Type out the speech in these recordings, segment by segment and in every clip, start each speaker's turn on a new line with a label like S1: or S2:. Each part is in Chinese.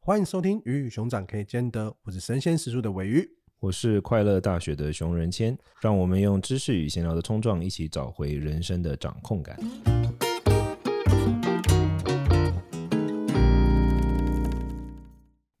S1: 欢迎收听《鱼与熊掌可以兼得》，我是神仙食宿的尾鱼。
S2: 我是快乐大学的熊仁谦，让我们用知识与闲聊的冲撞，一起找回人生的掌控感。
S1: 嗯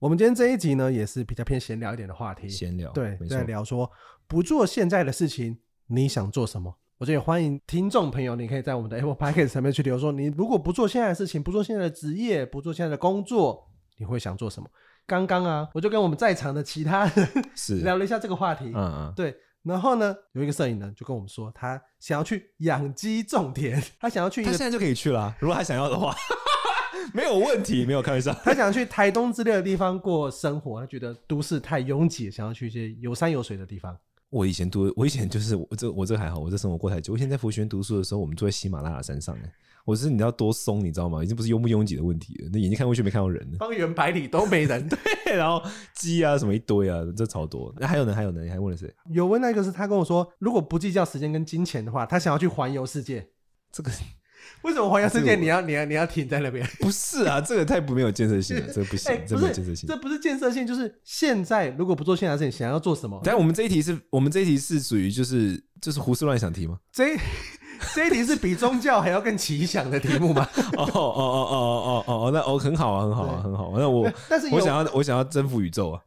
S1: 我们今天这一集呢，也是比较偏闲聊一点的话题，
S2: 闲聊，
S1: 对，
S2: 没错
S1: 在，聊说不做现在的事情，你想做什么？我这也欢迎听众朋友，你可以在我们的 Apple Podcast 上面去留说，你如果不做现在的事情，不做现在的职业，不做现在的工作，你会想做什么？刚刚啊，我就跟我们在场的其他人
S2: 是，
S1: 聊了一下这个话题，
S2: 嗯嗯，
S1: 对，然后呢，有一个摄影人就跟我们说，他想要去养鸡种田，他想要去一
S2: 他
S1: 个
S2: 现在就可以去了啊，如果他想要的话， 没有问题，没有开玩笑。
S1: 他想去台东之类的地方过生活，他觉得都市太拥挤，想要去一些有山有水的地方。
S2: 我以前读，我以前就是我这我这还好，我这生活过太久。我以前在福泉读书的时候，我们住在喜马拉雅山上，哎，我是你知道多松，你知道吗？已经不是拥不拥挤的问题了，那 眼睛看过去没看到人呢。
S1: 方圆百里都没人。
S2: 对，然后鸡啊什么一堆啊，这超多。那还有呢，还有呢，你还问了谁？
S1: 有问那个是他跟我说，如果不计较时间跟金钱的话，他想要去环游世界。
S2: 这个
S1: 为什么环游世
S2: 这
S1: 界
S2: 个
S1: 你要你要你要停在那边？
S2: 不是啊，这个太不没有建设性 了，这个不 行，
S1: 哎
S2: 这
S1: 不
S2: 没有建设
S1: 是，
S2: 性。
S1: 这不是建设性，就是现在如果不做现在的事情，想要做什么？
S2: 但我们这一题是我们这一题是属于就是就是胡思乱想题吗？
S1: 这这一题是比宗教还要更奇想的题目吗？
S2: 哦哦哦哦哦哦哦，那哦很好啊，很好
S1: 对
S2: 啊，很好啊。那我
S1: 但是有
S2: 我想要我想要征服宇宙 啊，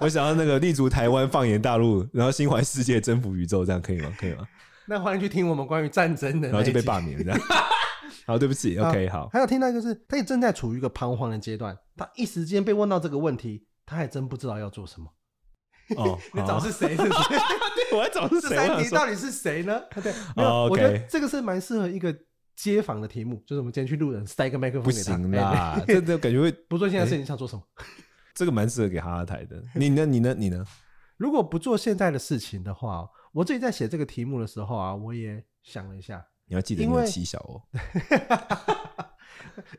S2: 我想要那个立足台湾，放眼大陆，然后心怀世界，征服宇宙，这样可以吗？可以吗？
S1: 那欢迎去听我们关于战争的那一集，
S2: 然后就被罢免了这样。 好，对不起，OK，好，
S1: 还有听到就是，他也正在处于一个彷徨的阶段，他一时间被问到这个问题，他还真不知道要做什么。
S2: 哦，
S1: 你
S2: 好
S1: 找是谁？是 不是？
S2: 我要找是
S1: 这
S2: 谁？我
S1: 三
S2: 想
S1: 题
S2: 说
S1: 到底是谁呢？对，没有，
S2: 哦
S1: 我
S2: ，OK
S1: 觉得这个是蛮适合一个街访的题目，就是我们今天去路人塞一个麦克风
S2: 不
S1: 给他，
S2: 行
S1: 哎
S2: 啦，哎这这感觉会，
S1: 不做现在事情想做什么？
S2: 这个蛮适合给哈哈台的。你呢？你呢？你呢？
S1: 如果不做现在的事情的话，我自己在写这个题目的时候啊，我也想了一下，
S2: 你要记得你
S1: 因为
S2: 有七小哦。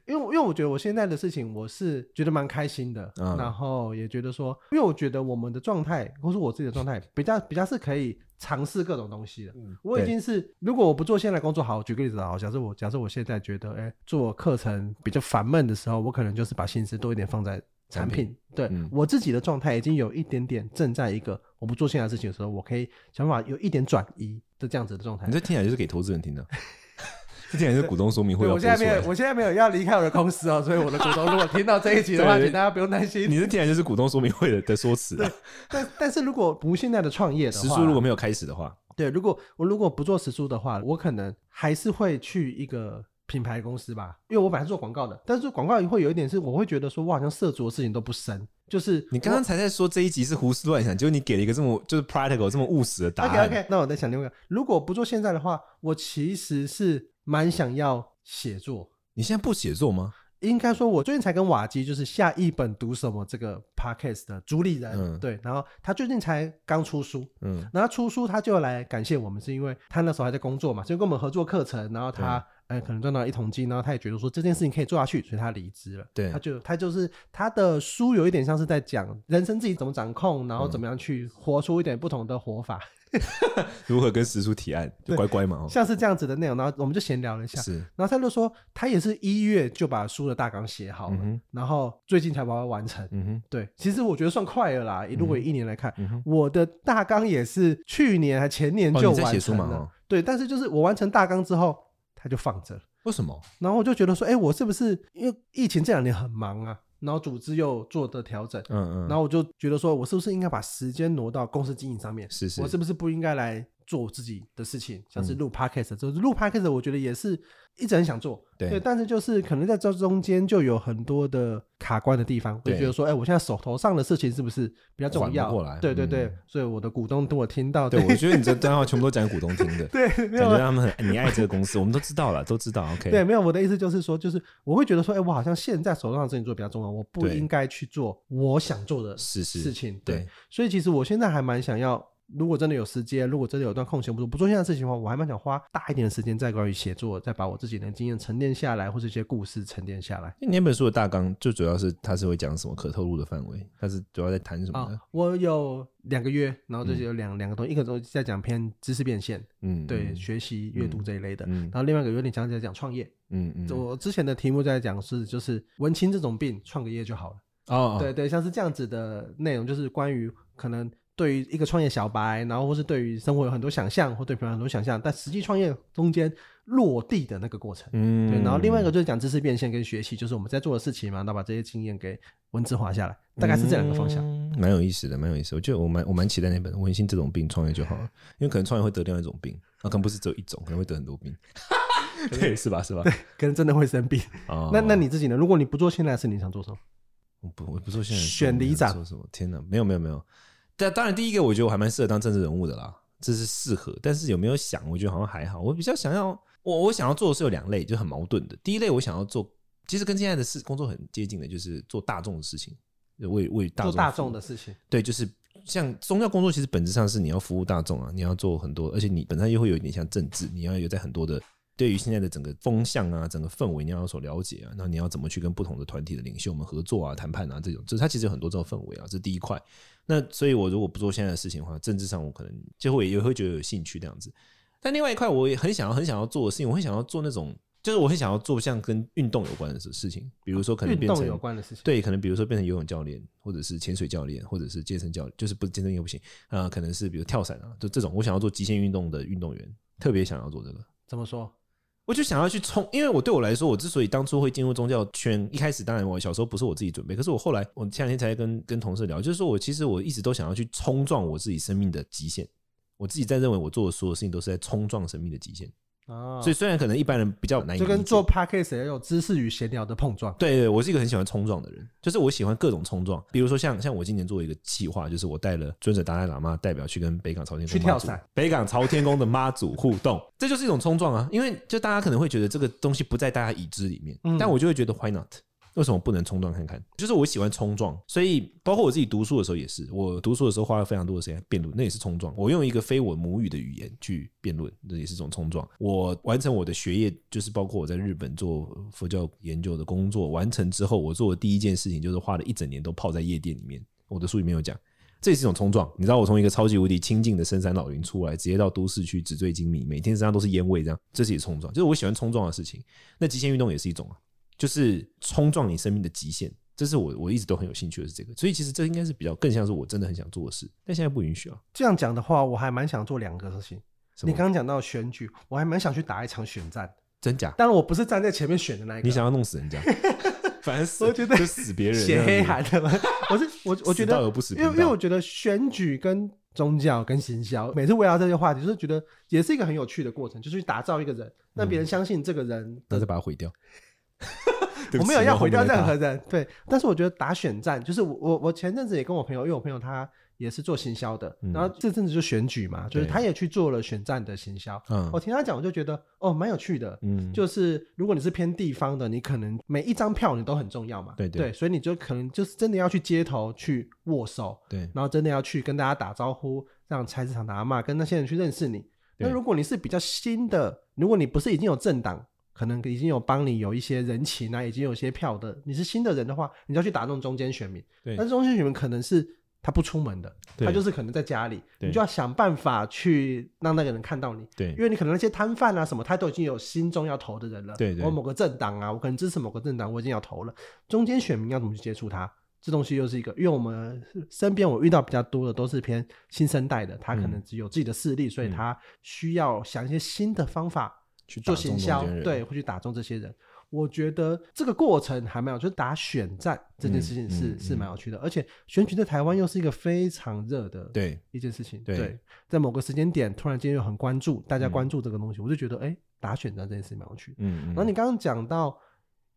S1: 因为因为我觉得我现在的事情，我是觉得蛮开心的，
S2: 嗯
S1: 然后也觉得说，因为我觉得我们的状态，或是我自己的状态，比较比较是可以尝试各种东西的。我已
S2: 嗯对
S1: 经是，如果我不做现在的工作，好，举个例子啊，好，假设我假设我现在觉得，哎，做课程比较烦闷的时候，我可能就是把心思多一点放在产
S2: 产
S1: 品。对、
S2: 嗯
S1: 我自己的状态，已经有一点点正在一个我不做现在的事情的时候，我可以想办法有一点转移的这样子的状态
S2: 你。这听起来就是给投资人听的， 这听起来是股东说明会
S1: 对，
S2: 要
S1: 我
S2: 播出
S1: 现在
S2: 来
S1: 没有，
S2: 的。
S1: 我现在没有要离开我的公司哦，所以我的股东如果听到这一集的话，
S2: 对
S1: 请大家不用担心。
S2: 你这听起来就是股东说明会的的说辞啊。
S1: 但但是如果不现在的创业的话，
S2: 时速如果没有开始的话，
S1: 对，如果我如果不做时速的话，我可能还是会去一个品牌公司吧，因为我本来是做广告的，但是广告会有一点是，我会觉得说我好像涉足的事情都不深，就是
S2: 你刚刚才在说这一集是胡思乱想，结果你给了一个这么就是 practical 这么务实的答
S1: OK
S2: 案。
S1: OK，那我在想另外一个，如果不做现在的话，我其实是蛮想要写作。
S2: 你现在不写作吗？
S1: 应该说，我最近才跟瓦基就是下一本读什么这个 podcast 的主理人，
S2: 嗯
S1: 对，然后他最近才刚出书，
S2: 嗯，
S1: 然后出书他就来感谢我们，是因为他那时候还在工作嘛，就跟我们合作课程，然后他呃可能赚到一桶金，然后他也觉得说这件事情可以做下去，所以他离职了。
S2: 对
S1: 他就他就是他的书有一点像是在讲人生自己怎么掌控，然后
S2: 嗯
S1: 怎么样去活出一点不同的活法，
S2: 如何跟时速提案？就乖乖嘛哦。
S1: 像是啊这样子的内容。然后我们就闲聊了一下，
S2: 是，
S1: 然后他就说他也是一月就把书的大纲写好了，
S2: 嗯哼，
S1: 然后最近才把它完成。
S2: 嗯哼，
S1: 对，其实我觉得算快了啦。如果以一年来看，
S2: 嗯哼，
S1: 我的大纲也是去年还前年
S2: 哦
S1: 就
S2: 你在
S1: 完
S2: 写书
S1: 成
S2: 嘛
S1: 了，
S2: 哦
S1: 对，但是就是我完成大纲之后，它就放着了，
S2: 为什么？
S1: 然后我就觉得说，哎，我是不是因为疫情这两年很忙啊，然后组织又做的调整，
S2: 嗯嗯，
S1: 然后我就觉得说我是不是应该把时间挪到公司经营上面，
S2: 是嗯是
S1: 我是不是不应该来做自己的事情，像是录 podcast，、就是录 podcast，我觉得也是一直很想做，
S2: 对
S1: 但是就是可能在这中间就有很多的卡关的地方，我就
S2: 对
S1: 觉得说，哎、我现在手头上的事情是不是比较重
S2: 缓
S1: 要？
S2: 不过来
S1: 对对对，
S2: 嗯
S1: 所以我的股东等我听到，，
S2: 对，我觉得你这段话全部都讲给股东听的
S1: 对，没
S2: 感
S1: 有
S2: 觉
S1: 啊。
S2: 他们很你爱这个公司，我们都知道了，都知道。OK，
S1: 对，没有。我的意思就是说，就是我会觉得说，哎、我好像现在手上的事情做比较重要，我不
S2: 对
S1: 应该去做我想做的
S2: 是是
S1: 事情。对
S2: 对，
S1: 所以其实我现在还蛮想要如果真的有时间，如果真的有段空闲，不不做现在的事情的话，我还蛮想花大一点的时间在关于写作，再把我自己的经验沉淀下来，或是一些故事沉淀下来。
S2: 那你那本书的大纲就主要是它是会讲什么可透露的范围，它是主要在谈什
S1: 啊、
S2: 么的？
S1: 我有两个月，然后这就有两、两个东西，一个东西在讲偏知识变现，
S2: 嗯，
S1: 对、学习阅读这一类的，
S2: 嗯
S1: 然后另外一个有点讲在讲创业。
S2: 嗯嗯，
S1: 我之前的题目在讲是就是文青这种病，创个业就好了。
S2: 哦，
S1: 对对，像是这样子的内容，就是关于可能对于一个创业小白，然后或是对于生活有很多想象，或对平常很多想象，但实际创业中间落地的那个过程。
S2: 嗯，
S1: 对，然后另外一个就是讲知识变现跟学习，就是我们在做的事情嘛，然后把这些经验给文字化下来，大概是这两个方向。
S2: 嗯蛮有意思的，蛮有意思的。我觉得我蛮我蛮期待那本《文心这种病创业就好了》，因为可能创业会得另外一种病，啊，可能不是只有一种，可能会得很 多病。 对，是吧？是吧？
S1: 可能真的会生病。
S2: 哦
S1: 那那你自己呢？如果你不做现在的事，你想做什么？
S2: 我不我不做现在
S1: 选里长
S2: 说什么？天哪，没有没有没有。但当然，第一个我觉得我还蛮适合当政治人物的啦，这是适合。但是有没有想？我觉得好像还好。我比较想要，我我想要做的是有两类，就很矛盾的。第一类我想要做，其实跟现在的事工作很接近的，就是做大众的事情，就为为大
S1: 做
S2: 众
S1: 大
S2: 服务
S1: 众的事情。
S2: 对，就是像宗教工作，其实本质上是你要服务大众啊，你要做很多，而且你本身又会有一点像政治，你要有在很多的对于现在的整个风向啊、整个氛围，你要有所了解啊。那你要怎么去跟不同的团体的领袖们合作啊、谈判啊这种，就是它其实有很多这种氛围啊，这是第一块。那所以，我如果不做现在的事情的话，政治上我可能就会也会觉得有兴趣这样子。但另外一块，我也很想要、很想要做的事情，我很想要做那种，就是我很想要做像跟运动有关的事事情，比如说可能
S1: 运
S2: 变成
S1: 动有关的事情，
S2: 对，可能比如说变成游泳教练，或者是潜水教练，或者是健身教练，就是不是健身又不行，啊，可能是比如跳伞啊，就这种，我想要做极限运动的运动员，特别想要做这个。
S1: 怎么说？
S2: 我就想要去冲，因为我对我来说，我之所以当初会进入宗教圈，一开始当然我小时候不是我自己准备，可是我后来我前两天才跟跟同事聊，就是说我其实我一直都想要去冲撞我自己生命的极限，我自己在认为我做的所有事情都是在冲撞生命的极限，
S1: 啊，
S2: 所以虽然可能一般人比较难以
S1: 就
S2: 理
S1: 跟
S2: 解
S1: 做 podcast 也有知识与闲聊的碰撞。
S2: 对对，我是一个很喜欢冲撞的人，就是我喜欢各种冲撞。比如说像像我今年做一个计划，就是我带了尊者达赖喇嘛代表去跟北港朝天宫
S1: 去跳
S2: 妈祖
S1: 伞，
S2: 北港朝天宫的妈祖互动，这就是一种冲撞啊。因为就大家可能会觉得这个东西不在大家已知里面，
S1: 嗯
S2: 但我就会觉得 why not？为什么不能冲撞看看？就是我喜欢冲撞，所以包括我自己读书的时候也是，我读书的时候花了非常多的时间辩论，那也是冲撞。我用一个非我母语的语言去辩论，那也是一种冲撞。我完成我的学业，就是包括我在日本做佛教研究的工作，完成之后，我做的第一件事情就是花了一整年都泡在夜店里面。我的书里面有讲，这也是一种冲撞。你知道，我从一个超级无敌清静的深山老林出来，直接到都市去纸醉金迷，每天身上都是烟味，这样，这是也冲撞。就是我喜欢冲撞的事情。那极限运动也是一种啊。就是冲撞你生命的极限。这是我我一直都很有兴趣的是这个，所以其实这应该是比较更像是我真的很想做的事，但现在不允许啊。
S1: 这样讲的话，我还蛮想做两个事情。
S2: 什
S1: 你
S2: 么
S1: 刚刚讲到选举，我还蛮想去打一场选战，
S2: 真假？
S1: 当然我不是站在前面选的那一个，
S2: 你想要弄死人家，烦死！
S1: 我觉得
S2: 就死别人，
S1: 写黑函的吗？我是我我觉
S2: 死道而
S1: 得，
S2: 不死
S1: 因
S2: 贫
S1: 为
S2: 道，
S1: 因为我觉得选举跟宗教跟行销，每次围绕这些话题，就是觉得也是一个很有趣的过程，就是去打造一个人，让
S2: 嗯
S1: 别人相信这个人
S2: 那
S1: 的
S2: 再把它毁掉。对不
S1: 我
S2: 起
S1: 没有要毁掉
S2: 我
S1: 任
S2: 后面再打
S1: 何人，对。但是我觉得打选战，就是我我我前阵子也跟我朋友，因为我朋友他也是做行销的，
S2: 嗯
S1: 然后这阵子就选举嘛，就是
S2: 对
S1: 他也去做了选战的行销。
S2: 嗯
S1: 我听他讲，我就觉得哦，蛮有趣的。
S2: 嗯，
S1: 就是如果你是偏地方的，你可能每一张票你都很重要嘛，
S2: 对对
S1: 所以你就可能就是真的要去街头去握手，
S2: 对
S1: 然后真的要去跟大家打招呼，让菜市场的阿嬷跟那些人去认识你。
S2: 对
S1: 那如果你是比较新的，如果你不是已经有政党，可能已经有帮你有一些人情啊，已经有一些票的，你是新的人的话，你就要去打动中间选民。
S2: 对
S1: 但是中间选民可能是他不出门的，
S2: 对
S1: 他就是可能在家里，
S2: 对
S1: 你就要想办法去让那个人看到你。
S2: 对
S1: 因为你可能那些摊贩啊什么，他都已经有心中要投的人了。
S2: 对对
S1: 我某个政党啊，我可能支持某个政党，我已经要投了。中间选民要怎么去接触他？这东西又是一个，因为我们身边我遇到比较多的都是偏新生代的，他可
S2: 嗯
S1: 能只有自己的势力，所以他需要想一些新的方法
S2: 去嗯打
S1: 做
S2: 中
S1: 行
S2: 中
S1: 销
S2: 间，人
S1: 对，会去打中这些人。我觉得这个过程还蛮有，就是打选战这件事情是、
S2: 嗯嗯
S1: 是
S2: 嗯
S1: 蛮有趣的，而且选举在台湾又是一个非常热的
S2: 对
S1: 一件事情。
S2: 对
S1: 在某个时间点突然间又很关注，大家关注这个东西，我就觉得哎、诶打选战这件事情蛮有趣的。
S2: 嗯，嗯
S1: 然后你刚刚讲到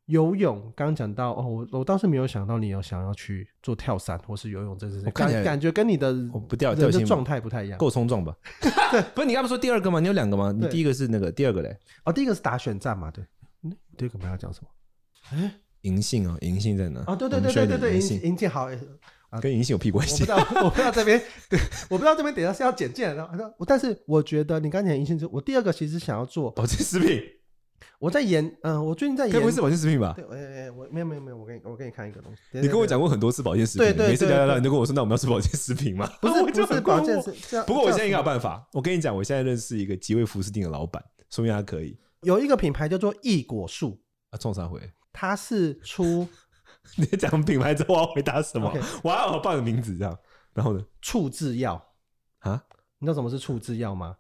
S1: 游泳，刚刚讲到哦，我我倒是没有想到你有想要去做跳伞或是游泳这件事情，
S2: 我看
S1: 感
S2: 起来
S1: 感觉跟你的
S2: 我不掉掉
S1: 人的
S2: 性
S1: 状态不太一样。
S2: 够冲 撞吧？ 不是你刚不是说第二个吗？你有两个吗？你
S1: 对
S2: 第一个是那个，第二个嘞，
S1: 哦，第一个是打选战嘛，对，嗯，第二个我们要讲什么？
S2: 银杏哦，银杏在哪？
S1: 哦，对对
S2: 我们
S1: 对
S2: 需要
S1: 对对对，
S2: 一点
S1: 银
S2: 银杏
S1: 银杏好，啊
S2: 跟银杏有屁关
S1: 我不
S2: 系
S1: 知？道，我不知道这边，对，我不知道这边等一下是要简介，然后他说，我但是我觉得你刚才讲银杏之，我第二个其实想要做，
S2: 保健食品，
S1: 我在研，嗯、我最近在
S2: 该
S1: 研
S2: 不，会是保健食品吧？
S1: 对，我哎哎我没有没有没有，我给你我给你看一个东西，对
S2: 你跟我，讲过很多次保健食品
S1: 对，对
S2: 每次聊聊聊
S1: 对对
S2: 你都跟我说，那我们要吃保健食品吗？
S1: 对
S2: 我
S1: 对不
S2: 就是
S1: 不是
S2: 很
S1: 保
S2: 困
S1: 健
S2: 惑
S1: 是这样，
S2: 不过我
S1: 这
S2: 现在
S1: 样
S2: 应该有办法。我跟你讲，我现在认识一个吉味福斯汀的老板，说明他可以
S1: 有一个品牌叫做异果树，
S2: 啊，冲啥回？
S1: 它是出
S2: 你在讲品牌之后我要回答 什么
S1: OK？
S2: 哇，好棒的名字这样。然后呢？
S1: 醋制药，
S2: 啊，
S1: 你知道什么是醋制药吗？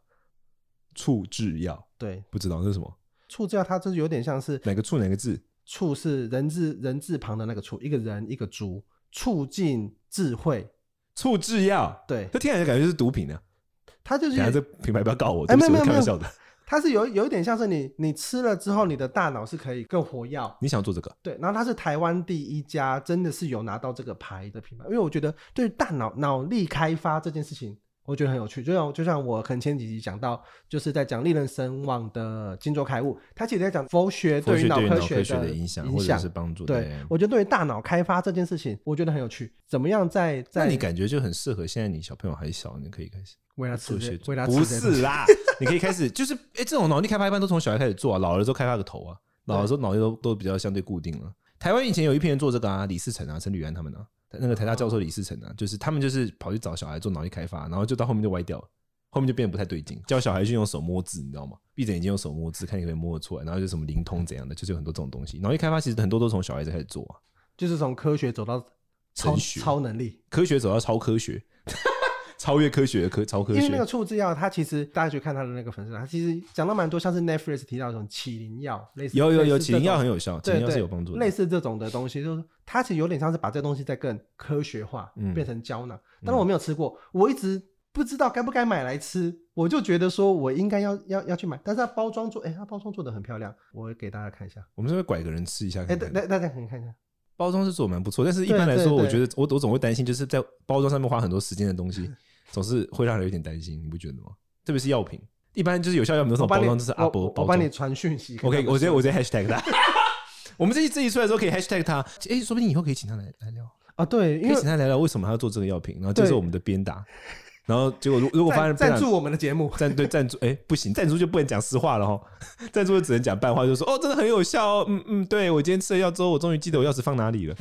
S2: 醋制药
S1: 对，
S2: 不知道那是什么？
S1: 醋制药它就是有点像是
S2: 哪个醋哪个字？
S1: 醋是人字人字旁的那个醋，一个人一个猪，促进智慧，
S2: 醋制药，
S1: 对，
S2: 这听起来就感觉是毒品啊！
S1: 它就是
S2: 等一下这品牌不要告我，
S1: 哎
S2: 对不起
S1: 没有
S2: 我是
S1: 没
S2: 开
S1: 有
S2: 玩笑的。
S1: 它是有有一点像是你你吃了之后，你的大脑是可以更活跃。
S2: 你想做这个？
S1: 对，然后它是台湾第一家，真的是有拿到这个牌的品牌，因为我觉得对于大脑脑力开发这件事情，我觉得很有趣。就像就像我可能前几集讲到，就是在讲令人神往的金州开悟，它其实在讲佛学
S2: 或
S1: 对
S2: 许
S1: 于脑
S2: 对于
S1: 科
S2: 脑科学
S1: 的
S2: 的影响，
S1: 影
S2: 或者
S1: 响
S2: 是。帮助。
S1: 对，我觉得对于大脑开发这件事情，我觉得很有趣。怎么样在
S2: 那
S1: 在
S2: 你感觉就很适合现在你小朋友还小，你可以开始
S1: 为他
S2: 做
S1: 吃
S2: 一些
S1: 这，为他吃
S2: 不
S1: 这东西
S2: 是啦，你可以开始 就是哎、这种脑力开发一般都从小孩开始做啊，老了之后开发个头啊，老了之后脑力都都比较相对固定了。台湾以前有一批人做这个啊，李世成啊、陈履安他们啊，那个台大教
S1: 哦
S2: 授李世成啊，就是他们就是跑去找小孩做脑力开发，然后就到后面就歪掉了。后面就变得不太对劲，教小孩去用手摸字，你知道吗？闭着眼睛用手摸字，看你可不可以摸得出来，然后就什么灵通怎样的，就是有很多这种东西。脑力开发其实很多都从小孩子开始做啊，
S1: 就是从科学走到超
S2: 神学
S1: 超能力。
S2: 科学走到超科学， 超越科学的科超科
S1: 因
S2: 学。
S1: 为那个处置药，它其实大家去看它的那个粉丝团，它其实讲到蛮多，像是 Netflix 提到这种起灵药，类似
S2: 有有有，
S1: 类似
S2: 起
S1: 这
S2: 灵药
S1: 种
S2: 很有效，起
S1: 对
S2: 灵药
S1: 对
S2: 是有帮助的
S1: 类。似这种的东西，就是它其实有点像是把这东西再更科学化，
S2: 嗯
S1: 变成胶囊。当然我没有吃过，我一直不知道该不该买来吃，我就觉得说我应该要要要去买，但是它包装做，哎、它包装做的很漂亮，我给大家看一下，
S2: 我们是会拐个人吃一下
S1: 哎、
S2: 看
S1: 大
S2: 看。
S1: 大大家可以看一下，
S2: 包装是做得蛮不错，但是一
S1: 对
S2: 般来
S1: 对
S2: 说，我
S1: 对
S2: 觉得我我总会担心，就是在包装上面花很多时间的 东西，总是会让人有点担心，你不觉得吗？特别是药品，一般就是有效药品都是那
S1: 我
S2: 种
S1: 帮
S2: 包
S1: 你，
S2: 装就是阿
S1: 我
S2: 伯
S1: 我
S2: 包
S1: 我帮你
S2: 装。
S1: 传讯息给他们
S2: OK，
S1: 说。
S2: 我直接我直接 hashtag 他。 我们这一这一出来之后可以 hashtag 他，哎，说不定以后可以请他来来聊，
S1: 啊，对，
S2: 可
S1: 因
S2: 以
S1: 为
S2: 请他聊聊为什么他要做这个药品，然后接
S1: 对
S2: 受我们的鞭打，然后结果如如果发现
S1: 赞
S2: 被打
S1: 赞助我们的节目，
S2: 赞对赞助，哎、不行，赞助就不能讲实话了哈，赞助就只能讲半话，就说哦，真的很有效哦，嗯嗯，对我今天吃了药之后，我终于记得我钥匙放哪里了。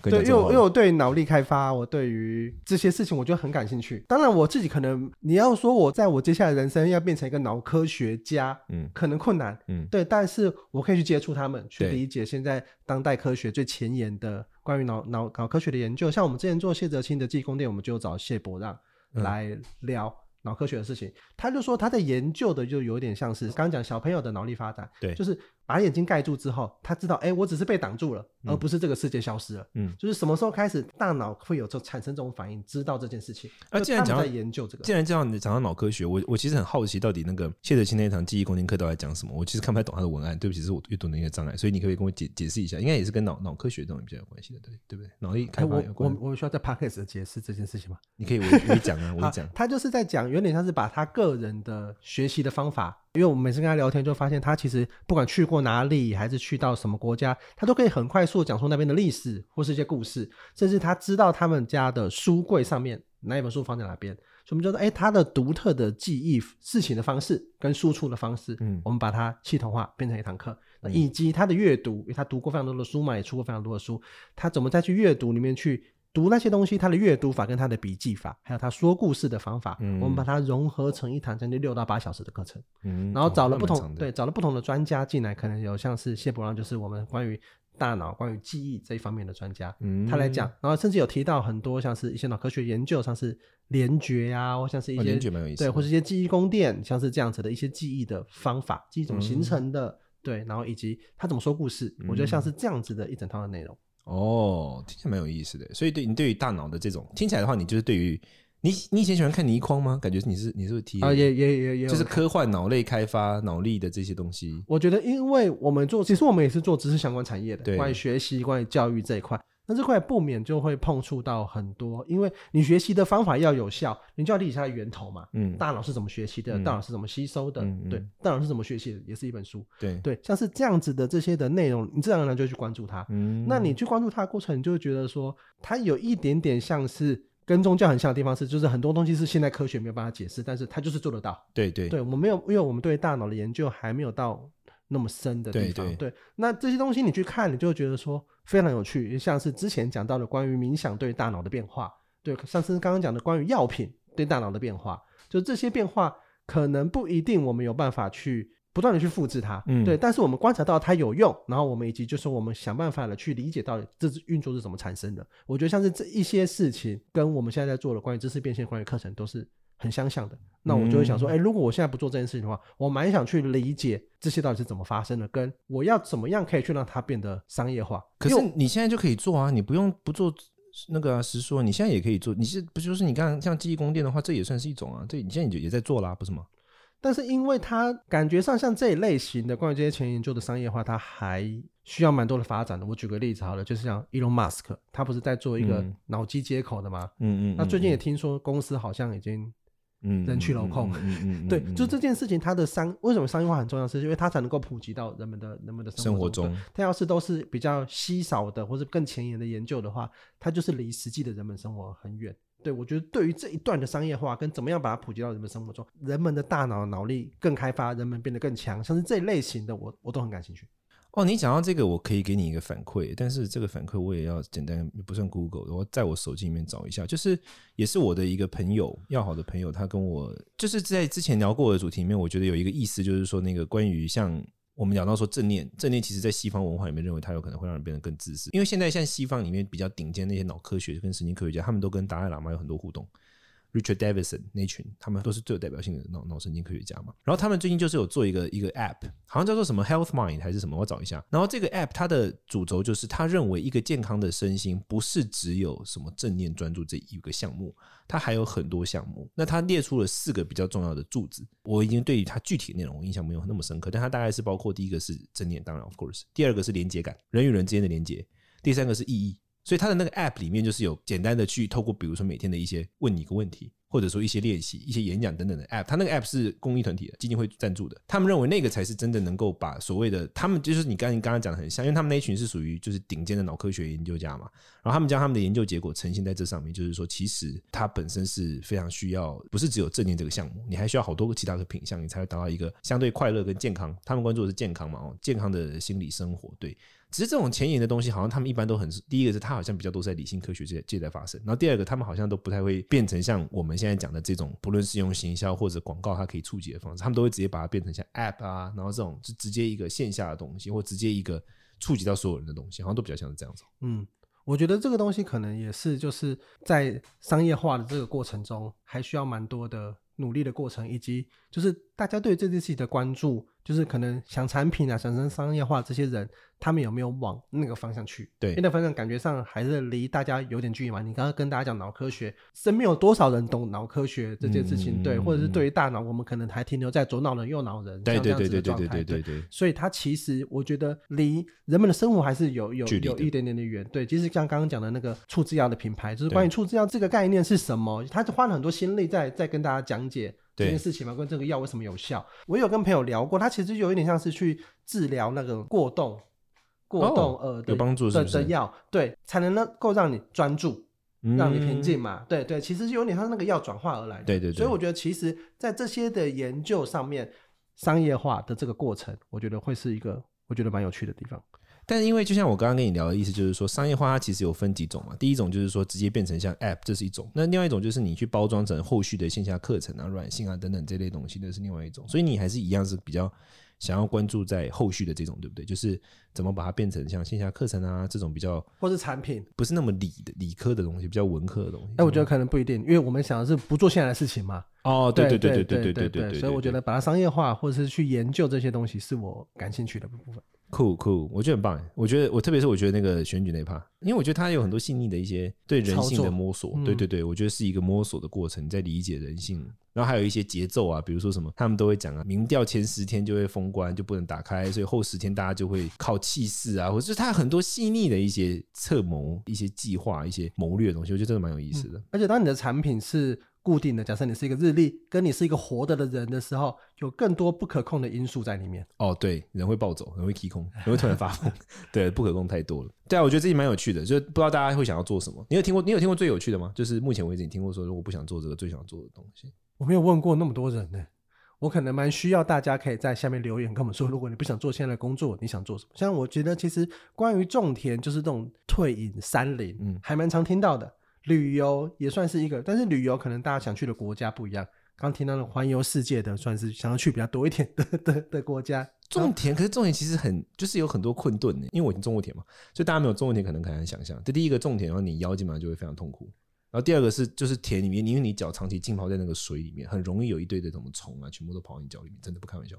S2: 跟你
S1: 嗯对，
S2: 讲
S1: 因
S2: 这
S1: 为
S2: 种
S1: 我
S2: 话
S1: 因为我对脑力开发，我对于这些事情我就很感兴趣。当然，我自己可能你要说我在我接下来人生要变成一个脑科学家，
S2: 嗯
S1: 可能困难，
S2: 嗯，
S1: 对，但是我可以去接触他们，去
S2: 对
S1: 理解现在当代科学最前沿的关于脑脑脑科学的研究。像我们之前做谢哲青的技工店，我们就有找谢伯让
S2: 嗯
S1: 来聊脑科学的事情。他就说他在研究的就有点像是刚刚讲小朋友的脑力发展，
S2: 对
S1: 就是把眼睛盖住之后，他知道，哎，我只是被挡住了，而不是这个世界消失了。
S2: 嗯
S1: 就是什么时候开始大脑会有这产生这种反应，知道这件事情。
S2: 啊
S1: 就
S2: 既然
S1: 他们
S2: 讲到
S1: 在研究这个
S2: 既，然这样，你讲到脑科学，我我其实很好奇，到底那个谢德清那一堂记忆空间课到底在讲什么？我其实看不太懂他的文案，对不起，是我阅读能力的障碍，所以你可不可以跟我解解释一下？应该也是跟脑脑科学这种比较有关系的，对对不对？脑力
S1: 哎，
S2: 开发
S1: 我
S2: 有关
S1: 我，我需要在 podcast 地解释这件事情吗？
S2: 你可以我你讲 啊，我
S1: 好，
S2: 讲。
S1: 他就是在讲，有点像是把他个人的学习的方法，因为我们每次跟他聊天，就发现他其实不管去过哪里，还是去到什么国家，他都可以很快速地讲出那边的历史或是一些故事，甚至他知道他们家的书柜上面哪一本书放在哪边。所以我们就说，哎，他的独特的记忆事情的方式跟输出的方式，
S2: 嗯
S1: 我们把它系统化变成一堂课，那
S2: 嗯
S1: 以及他的阅读，因为他读过非常多的书嘛，也出过非常多的书，他怎么再去阅读里面去读那些东西，他的阅读法跟他的笔记法，还有他说故事的方法，
S2: 嗯
S1: 我们把它融合成一堂将近六到八小时的课程，
S2: 嗯
S1: 然后找了
S2: 哦
S1: 不
S2: 那蛮
S1: 同、
S2: 长的
S1: 对找了不同的专家进来，可能有像是谢伯让，就是我们关于大脑、关于记忆这一方面的专家，
S2: 嗯
S1: 他来讲，然后甚至有提到很多像是一些脑科学研究，像是联觉呀、或像是一
S2: 哦
S1: 些、
S2: 联觉蛮有意思
S1: 对，
S2: 的
S1: 或是一些记忆宫殿，像是这样子的一些记忆的方法，记忆怎么
S2: 嗯
S1: 形成的，对，然后以及他怎么说故事，我觉得像
S2: 嗯
S1: 是这样子的一整套的内容。
S2: 哦，听起来蛮有意思的。所以对你对于大脑的这种听起来的话，你就是对于你你以前喜欢看倪匡吗？感觉你是你是不是 T
S1: 啊，也也也也有
S2: 就是科幻脑类开发脑力的这些东西。
S1: 我觉得，因为我们做，其实我们也是做知识相关产业的，
S2: 对
S1: 关于学习、关于教育这一块。那这块不免就会碰触到很多，因为你学习的方法要有效，你就要理解它的源头嘛。
S2: 嗯，
S1: 大脑是怎么学习的？
S2: 嗯
S1: 大脑是怎么吸收的？
S2: 嗯嗯
S1: 对，大脑是怎么学习的？也是一本书。
S2: 对，
S1: 对，像是这样子的这些的内容，你自然而然就会去关注它。
S2: 嗯
S1: 那你去关注它的过程，你就会觉得说，它有一点点像是跟宗教很像的地方是，就是很多东西是现代科学没有办法解释，但是它就是做得到。
S2: 对对
S1: 对，我们没有，因为我们对大脑的研究还没有到那么深的地
S2: 对
S1: 方。
S2: 对
S1: 那这些东西你去看，你就会觉得说非常有趣，像是之前讲到的关于冥想对大脑的变化，对，像是刚刚讲的关于药品对大脑的变化，就这些变化可能不一定我们有办法去。不断的去复制它，
S2: 嗯
S1: 对，但是我们观察到它有用，然后我们以及就是我们想办法的去理解到底这是运作是怎么产生的。我觉得像是这一些事情，跟我们现在在做的关于知识变现、关于课程都是很相像的。那我就会想说，哎、如果我现在不做这件事情的话，我蛮想去理解这些到底是怎么发生的，跟我要怎么样可以去让它变得商业化。
S2: 可
S1: 因
S2: 是
S1: 为
S2: 你现在就可以做啊，你不用不做那个啊实说，你现在也可以做。你是不就是你刚刚像记忆宫殿的话，这也算是一种啊，这你现在也也在做啦，不是吗？
S1: 但是因为它感觉上像这一类型的关于这些前研究的商业化，它还需要蛮多的发展的。我举个例子好了，就是像 Elon Musk，他不是在做一个
S2: 嗯
S1: 脑机接口的吗？
S2: 嗯嗯
S1: 那最近也听说公司好像已经
S2: 嗯
S1: 人去楼空
S2: 嗯嗯嗯嗯
S1: 对
S2: 嗯，
S1: 就
S2: 嗯
S1: 这件事情，它的商为什么商业化很重要，是因为它才能够普及到人们的人们的
S2: 生活
S1: 中。
S2: 中，
S1: 它要是都是比较稀少的或者更前沿的研究的话，它就是离实际的人们生活很远。对我觉得对于这一段的商业化跟怎么样把它普及到人们生活中，人们的大脑脑力更开发，人们变得更强，像是这一类型的我我都很感兴趣。
S2: 哦，你讲到这个，我可以给你一个反馈，但是这个反馈我也要简单，不算 Google，我在我手机里面找一下，就是也是我的一个朋友，要好的朋友，他跟我就是在之前聊过的主题里面，我觉得有一个意思，就是说那个关于像。我们聊到说正念，正念其实在西方文化里面认为它有可能会让人变得更自私，因为现在像西方里面比较顶尖那些脑科学跟神经科学家，他们都跟达赖喇嘛有很多互动，Richard Davidson 那群，他们都是最有代表性的脑脑神经科学家嘛。然后他们最近就是有做一个一个 App，好像叫做什么 Health Mind 还是什么，我找一下。然后这个 App 它的主轴就是，他认为一个健康的身心不是只有什么正念专注这一个项目，它还有很多项目。那它列出了四个比较重要的柱子，我已经对于它具体内容我印象没有那么深刻，但它大概是包括第一个是正念，当然 of course，第二个是连接感，人与人之间的连接，第三个是意义。所以它的那个 App 里面就是有简单的去透过，比如说每天的一些问你一个问题，或者说一些练习、一些演讲等等的 App。它那个 App 是公益团体的基金会赞助的，他们认为那个才是真的能够把所谓的他们就是你刚你刚刚讲的很像，因为他们那一群是属于就是顶尖的脑科学研究家嘛，然后他们将他们的研究结果呈现在这上面，就是说其实它本身是非常需要，不是只有正念这个项目，你还需要好多个其他的品项，你才会达到一个相对快乐跟健康。他们关注的是健康嘛，哦，健康的心理生活，对。只是这种前沿的东西，好像他们一般都很，第一个是它好像比较多在理性科学界界在发生，然后第二个他们好像都不太会变成像我们现在讲的这种，不论是用行销或者广告，它可以触及的方式，他们都会直接把它变成像 App 啊，然后这种就直接一个线下的东西，或直接一个触及到所有人的东西，好像都比较像是这样子。
S1: 嗯，我觉得这个东西可能也是就是在商业化的这个过程中，还需要蛮多的努力的过程，以及就是大家对这件事情的关注，就是可能想产品啊、想成商业化这些人，他们有没有往那个方向去？
S2: 对
S1: 因为那方向感觉上还是离大家有点距离嘛。你刚刚跟大家讲脑科学，身边有多少人懂脑科学这件事情？
S2: 嗯
S1: 对，
S2: 嗯
S1: 或者是
S2: 嗯
S1: 对于大脑，我们可能还停留在左脑人、右脑人
S2: 对
S1: 像这
S2: 对
S1: 样
S2: 对
S1: 子
S2: 对
S1: 的
S2: 对
S1: 状
S2: 对
S1: 态。
S2: 对对对，
S1: 所以它其实我觉得离人们的生活还是有有
S2: 距离的
S1: 有一点点的远。对，即使像刚刚讲的那个触制药的品牌，就是关于触制药这个概念是什么，他花了很多心力在在跟大家讲解。这
S2: 对
S1: 件事情嘛，跟这个药为什么有效？我有跟朋友聊过，他其实有一点像是去治疗那个过动、过动呃的
S2: 哦有帮助是
S1: 的
S2: 不是
S1: 的药，对，才能够让你专注，
S2: 嗯
S1: 让你平静嘛。对对，其实有点像那个药转化而来的。
S2: 对对对
S1: 所以我觉得，其实在这些的研究上面，商业化的这个过程，我觉得会是一个我觉得蛮有趣的地方。
S2: 但因为就像我刚刚跟你聊的意思，就是说商业化它其实有分几种嘛。第一种就是说直接变成像 App，这是一种；那另外一种就是你去包装成后续的线下课程啊、软性啊等等这类东西，那是另外一种。所以你还是一样是比较想要关注在后续的这种，对不对？就是怎么把它变成像线下课程啊这种比较
S1: 或是产品，
S2: 不是那么理的理科的东西，比较文科的东西。
S1: 哎，我觉得可能不一定，因为我们想的是不做现在的事情嘛。
S2: 哦，对
S1: 对
S2: 对
S1: 对
S2: 对对对
S1: 对
S2: 对对，
S1: 所以我觉得把它商业化，或者是去研究这些东西，是我感兴趣的部分。
S2: 酷酷，我觉得很棒欸。我觉得我特别是我觉得那个选举那一趴，因为我觉得它有很多细腻的一些对人性
S1: 操
S2: 的
S1: 作
S2: 摸索。
S1: 嗯
S2: 对对对，我觉得是一个摸索的过程，你在理解人性。然后还有一些节奏啊，比如说什么，他们都会讲啊，民调前十天就会封关，就不能打开，所以后十天大家就会靠气势啊，或者是他很多细腻的一些策谋、一些计划、一些谋略的东西，我觉得真的蛮有意思的。
S1: 而且当你的产品是固定的，假设你是一个日历，跟你是一个活的的人的时候，有更多不可控的因素在里面。
S2: 哦，对，人会暴走，人会踢空，人会突然发疯，对，不可控太多了。对啊，我觉得自己蛮有趣的，就是不知道大家会想要做什么。你有听过你有听过最有趣的吗？就是目前为止你听过说，如果不想做这个，最想做的东西。
S1: 我没有问过那么多人呢、我可能蛮需要大家可以在下面留言跟我们说，如果你不想做现在的工作，你想做什么？像我觉得其实关于种田就是这种退隐山林，
S2: 嗯
S1: 嗯，还蛮常听到的。旅游也算是一个，但是旅游可能大家想去的国家不一样。刚听到的环游世界的，算是想要去比较多一点的的的国家。
S2: 种田，可是种田其实很就是有很多困顿的，因为我已经种过田嘛，所以大家没有种过田可能很难想象。这第一个种田，然后你腰基本上就会非常痛苦。然后第二个是就是田里面，因为你脚长期浸泡在那个水里面，很容易有一堆的什么虫啊，全部都跑到你脚里面，真的不开玩笑。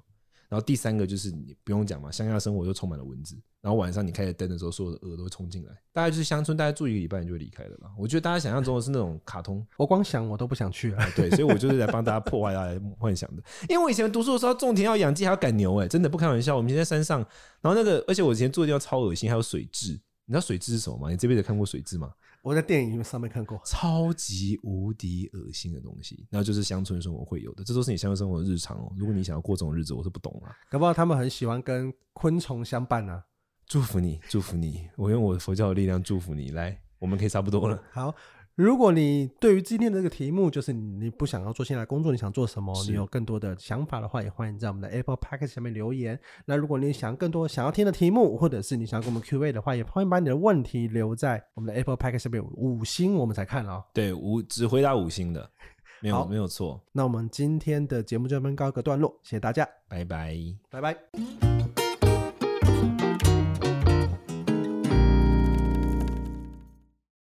S2: 然后第三个就是你不用讲嘛，乡下生活又充满了蚊子，然后晚上你开着灯的时候，所有的蛾都会冲进来。大概就是乡村，大概住一个礼拜你就会离开了啦。我觉得大家想象中的是那种卡通，
S1: 我光想我都不想去了。
S2: 对，所以我就是来帮大家破坏大家幻想的。因为我以前读书的时候，种田要养鸡，还要赶牛、哎，真的不开玩笑。我们以前在山上，然后那个，而且我以前住的地方超恶心，还有水蛭。你知道水蛭是什么吗？你这辈子看过水蛭吗？
S1: 我在电影上面看过，
S2: 超级无敌恶心的东西，然后就是乡村生活会有的，这都是你乡村生活的日常哦。如果你想要过这种日子，我是不懂啊。
S1: 搞不好他们很喜欢跟昆虫相伴啊。
S2: 祝福你，祝福你，我用我佛教的力量祝福你。来，我们可以差不多了。
S1: 好，如果你对于今天的这个题目，就是你不想要做现在的工作，你想做什么，
S2: 是
S1: 你有更多的想法的话，也欢迎在我们的 Apple p a c k e t 下面留言。那如果你想更多想要听的题目，或者是你想要跟我们 Q&A 的话，也欢迎把你的问题留在我们的 Apple p a c k e t 下面五星，我们才看哦。
S2: 对，五只回答五星的，没有
S1: 好
S2: 没有错。
S1: 那我们今天的节目就这边告一个段落，谢谢大家，
S2: 拜拜。
S1: 拜拜。